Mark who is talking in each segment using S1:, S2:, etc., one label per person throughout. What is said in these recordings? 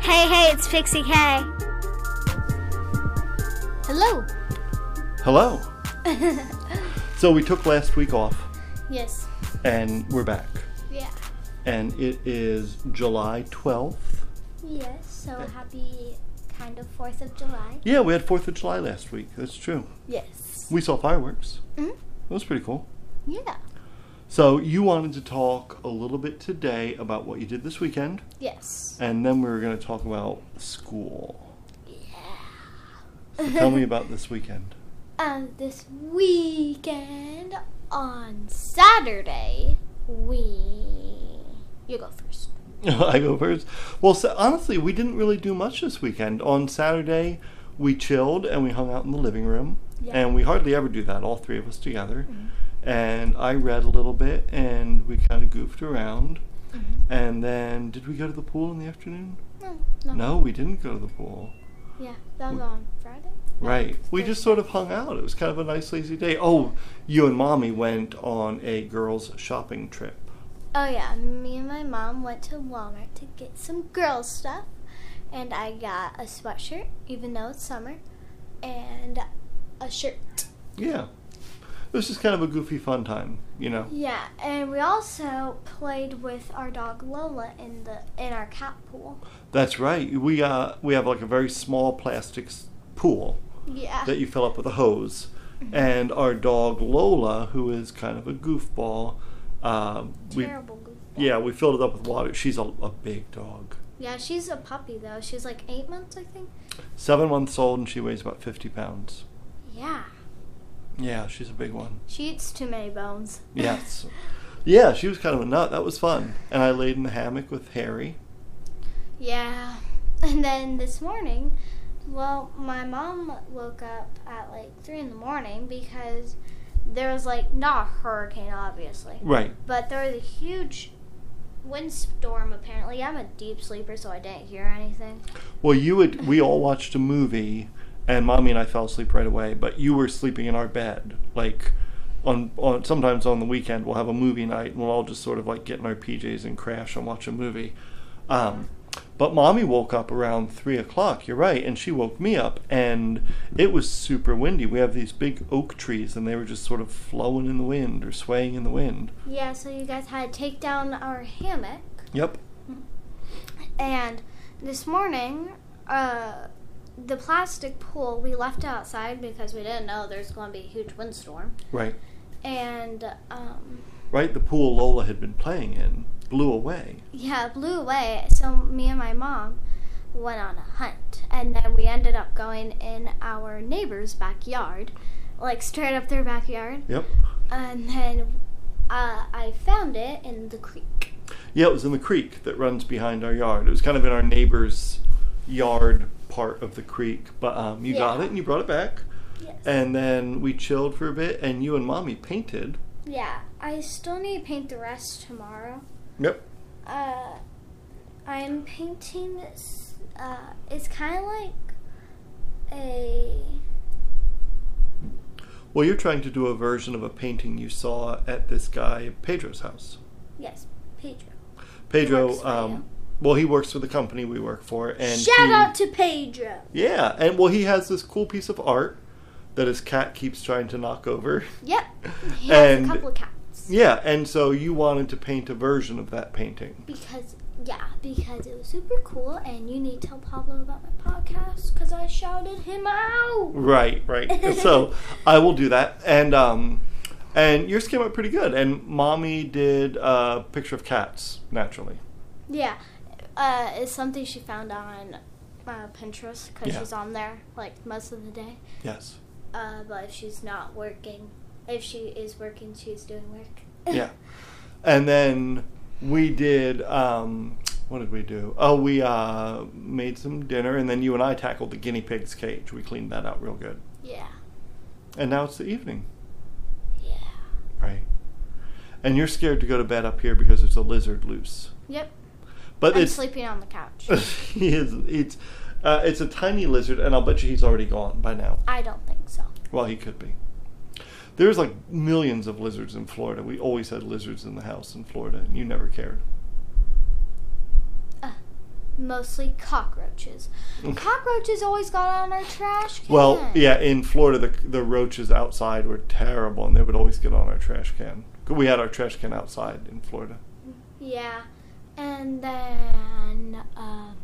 S1: Hey, hey, it's Pixie K.
S2: Hello.
S3: Hello. so we took last week off
S2: Yes.
S3: and we're back.
S2: Yeah.
S3: And it is July 12th.
S2: Yes. So happy kind of 4th of July.
S3: Yeah, we had 4th of July last week. That's true.
S2: Yes.
S3: We saw fireworks.
S2: Mhm.
S3: That was pretty cool.
S2: Yeah.
S3: So you wanted to talk a little bit today about what you did this weekend
S2: Yes.
S3: and then we were going to talk about school. Yeah. Tell me about this weekend.
S2: Um, this weekend on Saturday, we. You go first.
S3: I go first. Well, so honestly, we didn't really do much this weekend. On Saturday, we chilled and we hung out in the living room,
S2: Yeah.
S3: and we hardly ever do that, all three of us together. And I read a little bit, and we kind of goofed around. And then, did we go to the pool in the afternoon?
S2: No. No.
S3: No, we didn't go to the pool.
S2: Mm-hmm. Yeah. That was
S3: We-
S2: on Friday.
S3: Right. We just sort of hung out. It was kind of a nice, lazy day. Oh, you and mommy went on a girls' shopping trip.
S2: Oh yeah, me and my mom went to Walmart to get some girl stuff, and I got a sweatshirt, even though it's summer, and a shirt.
S3: Yeah. It was just kind of a goofy, fun time, you know?
S2: Yeah, and we also played with our dog Lola in the in our cat pool.
S3: That's right. We uh we have like a very small plastic s- pool
S2: Yeah.
S3: that you fill up with a hose,
S2: Mm-hmm.
S3: and our dog Lola, who is kind of a goofball, uh, we
S2: Terrible goof.
S3: yeah we filled it up with water. She's a, a big dog,
S2: Yeah, she's a puppy though. She's like eight months, I think.
S3: seven months old, and she weighs about fifty pounds.
S2: Yeah.
S3: Yeah, she's a big one.
S2: She eats too many bones.
S3: Yes. Yeah, she was kind of a nut. That was fun. And I laid in the hammock with Harry.
S2: Yeah. And then this morning, well, my mom woke up at like 3 in the morning because there was like not a hurricane, obviously,
S3: Right.
S2: but there was a huge windstorm apparently. I'm a deep sleeper, so I didn't hear anything.
S3: Well, you would. We all watched a movie, and mommy and I fell asleep right away. But you were sleeping in our bed, like on on sometimes on the weekend we'll have a movie night, and we'll all just sort of like get in our PJs and crash and watch a movie. Um, but mommy woke up around three o'clock. You're right, and she woke me up, and it was super windy. We have these big oak trees, and they were just sort of flowing in the wind or swaying in the wind.
S2: Yeah, so you guys had to take down our hammock.
S3: Yep.
S2: And this morning, uh, the plastic pool we left outside because we didn't know there's going to be a huge windstorm.
S3: Right.
S2: And um,
S3: Right. The pool Lola had been playing in blew away.
S2: Yeah, it blew away. So me and my mom went on a hunt, and then we ended up going in our neighbor's backyard, like straight up their backyard.
S3: Yep.
S2: And then uh, I found it in the creek.
S3: Yeah, it was in the creek that runs behind our yard. It was kind of in our neighbor's yard part of the creek, but um, you got
S2: Yeah.
S3: it and you brought it back.
S2: Yes.
S3: And then we chilled for a bit, and you and mommy painted.
S2: Yeah, I still need to paint the rest tomorrow.
S3: Yep.
S2: Uh, I'm painting this. Uh, it's kind of like a
S3: Well, you're trying to do a version of a painting you saw at this guy Pedro's house.
S2: yes, Pedro. works
S3: Pedro,
S2: for you.
S3: um, well, he works for the company we work for, and
S2: Shout
S3: he-
S2: out to Pedro.
S3: yeah, and well, he has this cool piece of art that his cat keeps trying to knock over.
S2: Yep, he has
S3: And-
S2: a couple of cats.
S3: Yeah, and so you wanted to paint a version of that painting.
S2: Because yeah, because it was super cool, and you need to tell Pablo about my podcast because I shouted him out.
S3: Right, right. so I will do that, and um, and yours came out pretty good. And mommy did a picture of cats naturally.
S2: Yeah, uh, it's something she found on uh, Pinterest because
S3: Yeah.
S2: she's on there like most of the day.
S3: Yes.
S2: Uh, but if she's not working, if she is working, she's doing work.
S3: Yeah. And then we did. Um, what did we do? Oh, we uh, made some dinner, and then you and I tackled the guinea pig's cage. We cleaned that out real good,
S2: yeah.
S3: and now it's the evening.
S2: Yeah.
S3: Right. And you're scared to go to bed up here because there's a lizard loose.
S2: Yep.
S3: But
S2: I'm
S3: it's
S2: sleeping on the couch.
S3: he is. It's uh, it's a tiny lizard, and I'll bet you he's already gone by now.
S2: I don't think so.
S3: Well, he could be. There's like millions of lizards in Florida. We always had lizards in the house in Florida, and you never cared.
S2: Uh, mostly cockroaches. Cockroaches always got on our trash can.
S3: Mm. Well, yeah, in Florida, the, the roaches outside were terrible, and they would always get on our trash can. 'Cause We had our trash can outside in Florida.
S2: Yeah, and then um,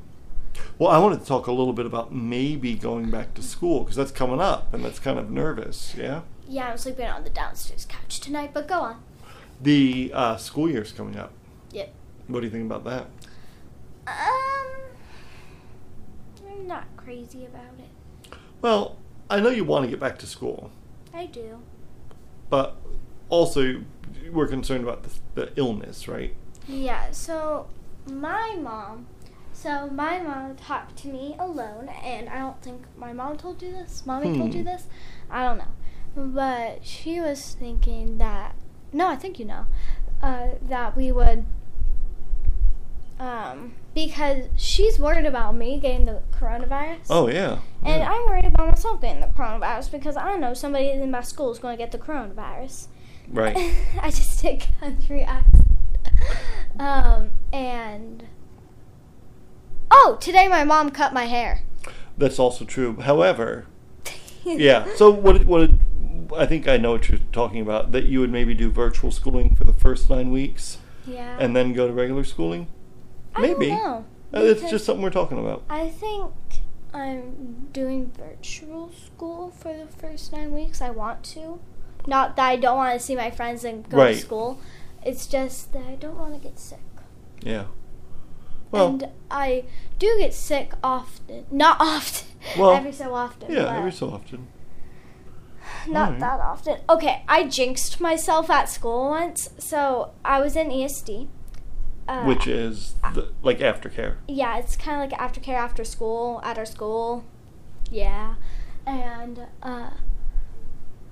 S3: Well, I wanted to talk a little bit about maybe going back to school because that's coming up, and that's kind of nervous. Yeah,
S2: yeah, I'm sleeping on the downstairs couch tonight. But go on.
S3: the uh, school year's coming up.
S2: Yep.
S3: What do you think about that?
S2: Um, I'm not crazy about it.
S3: Well, I know you want to get back to school,
S2: I do.
S3: but also we're concerned about the, the illness, right?
S2: Yeah, so my mom, so my mom talked to me alone, and I don't think my mom told you this. Mommy told
S3: Hmm.
S2: you this? I don't know. But she was thinking that, no, I think you know, uh, that we would, um, because she's worried about me getting the coronavirus.
S3: Oh yeah.
S2: And
S3: yeah.
S2: I'm worried about myself getting the coronavirus because I know somebody in my school is going to get the coronavirus.
S3: right.
S2: I just did country accent. Um, and oh, today my mom cut my hair.
S3: That's also true. However, yeah. So what? did- What? did- I think I know what you're talking about. That you would maybe do virtual schooling for the first nine weeks,
S2: yeah.
S3: and then go to regular schooling.
S2: I
S3: Maybe.
S2: don't know.
S3: Uh, It's
S2: because
S3: just something we're talking about.
S2: I think I'm doing virtual school for the first nine weeks. I want to. Not that I don't want to see my friends and go
S3: Right.
S2: to school. It's just that I don't want to get sick.
S3: Yeah. Well,
S2: and I do get sick often. Not often.
S3: Well,
S2: every so often.
S3: yeah,
S2: but-
S3: every so often.
S2: Not
S3: Alright.
S2: that often. Okay, I jinxed myself at school once. So I was in ESD. Uh,
S3: Which is the, like aftercare.
S2: Yeah, it's kind of like aftercare after school, at our school. Yeah. And uh,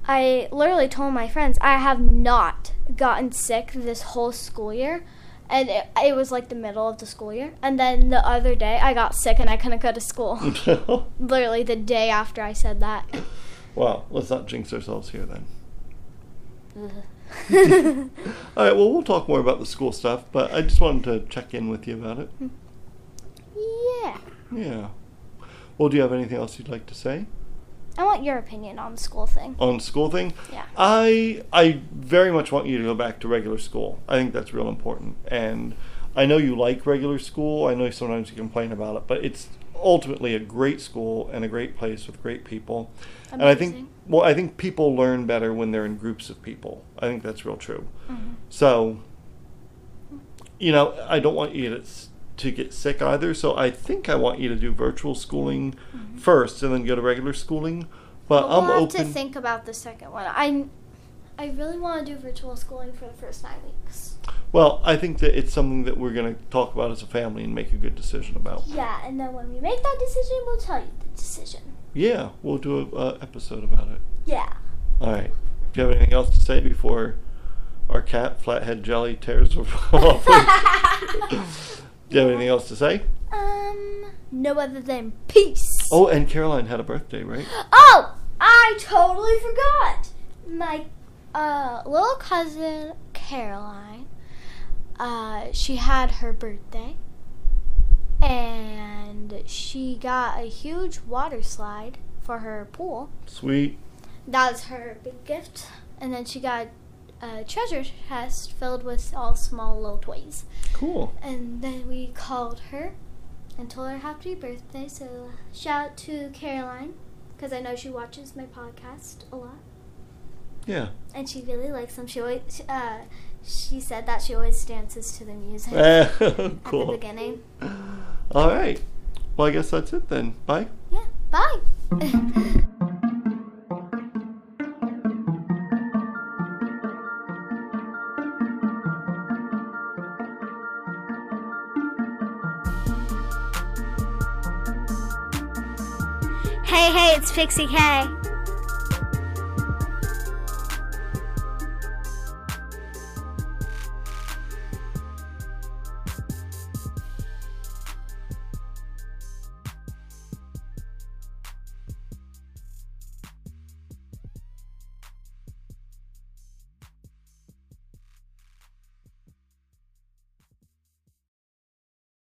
S2: I literally told my friends, I have not gotten sick this whole school year. And it, it was like the middle of the school year. And then the other day, I got sick and I couldn't go to school. literally the day after I said that.
S3: wow, let's not jinx ourselves here then.
S2: Ugh.
S3: All right, well, we'll talk more about the school stuff, but I just wanted to check in with you about it.
S2: yeah.
S3: Yeah. Well, do you have anything else you'd like to say
S2: I want your opinion on the school thing.
S3: on school thing?
S2: Yeah.
S3: I I very much want you to go back to regular school. I think that's real important. And I know you like regular school. I know sometimes you complain about it, but it's ultimately a great school and a great place with great people. And I think
S2: Amazing.
S3: well, I think people learn better when they're in groups of people. I think that's real true.
S2: Mm-hmm.
S3: So you know, I don't want you to s- to get sick either. So I think I want you to do virtual schooling first and then go to regular schooling. But
S2: Mm-hmm. But we'll
S3: I'm
S2: have
S3: open
S2: to think about the second one. I, I really want to do virtual schooling for the first nine weeks.
S3: Well, I think that it's something that we're going to talk about as a family and make a good decision about.
S2: Yeah, and then when we make that decision, we'll tell you the decision.
S3: Yeah, we'll do a uh, episode about it.
S2: Yeah.
S3: All right. Do you have anything else to say before our cat, Flathead Jelly, tears off? do you have anything else to say?
S2: Um, no other than peace.
S3: Oh, and Caroline had a birthday, right?
S2: Oh, I totally forgot. My uh, little cousin Caroline, uh, she had her birthday, and she got a huge water slide for her pool.
S3: Sweet.
S2: That was her big gift, and then she got a treasure chest filled with all small little toys.
S3: Cool.
S2: And then we called her and told her happy birthday. So shout out to Caroline because I know she watches my podcast a lot
S3: Yeah.
S2: and she really likes them. She always, uh, she said that she always dances to the music
S3: Eh,
S2: at the
S3: cool.
S2: beginning.
S3: All right. Well, I guess that's it then. Bye.
S2: Yeah. Bye.
S1: Hey, hey, it's Pixie K.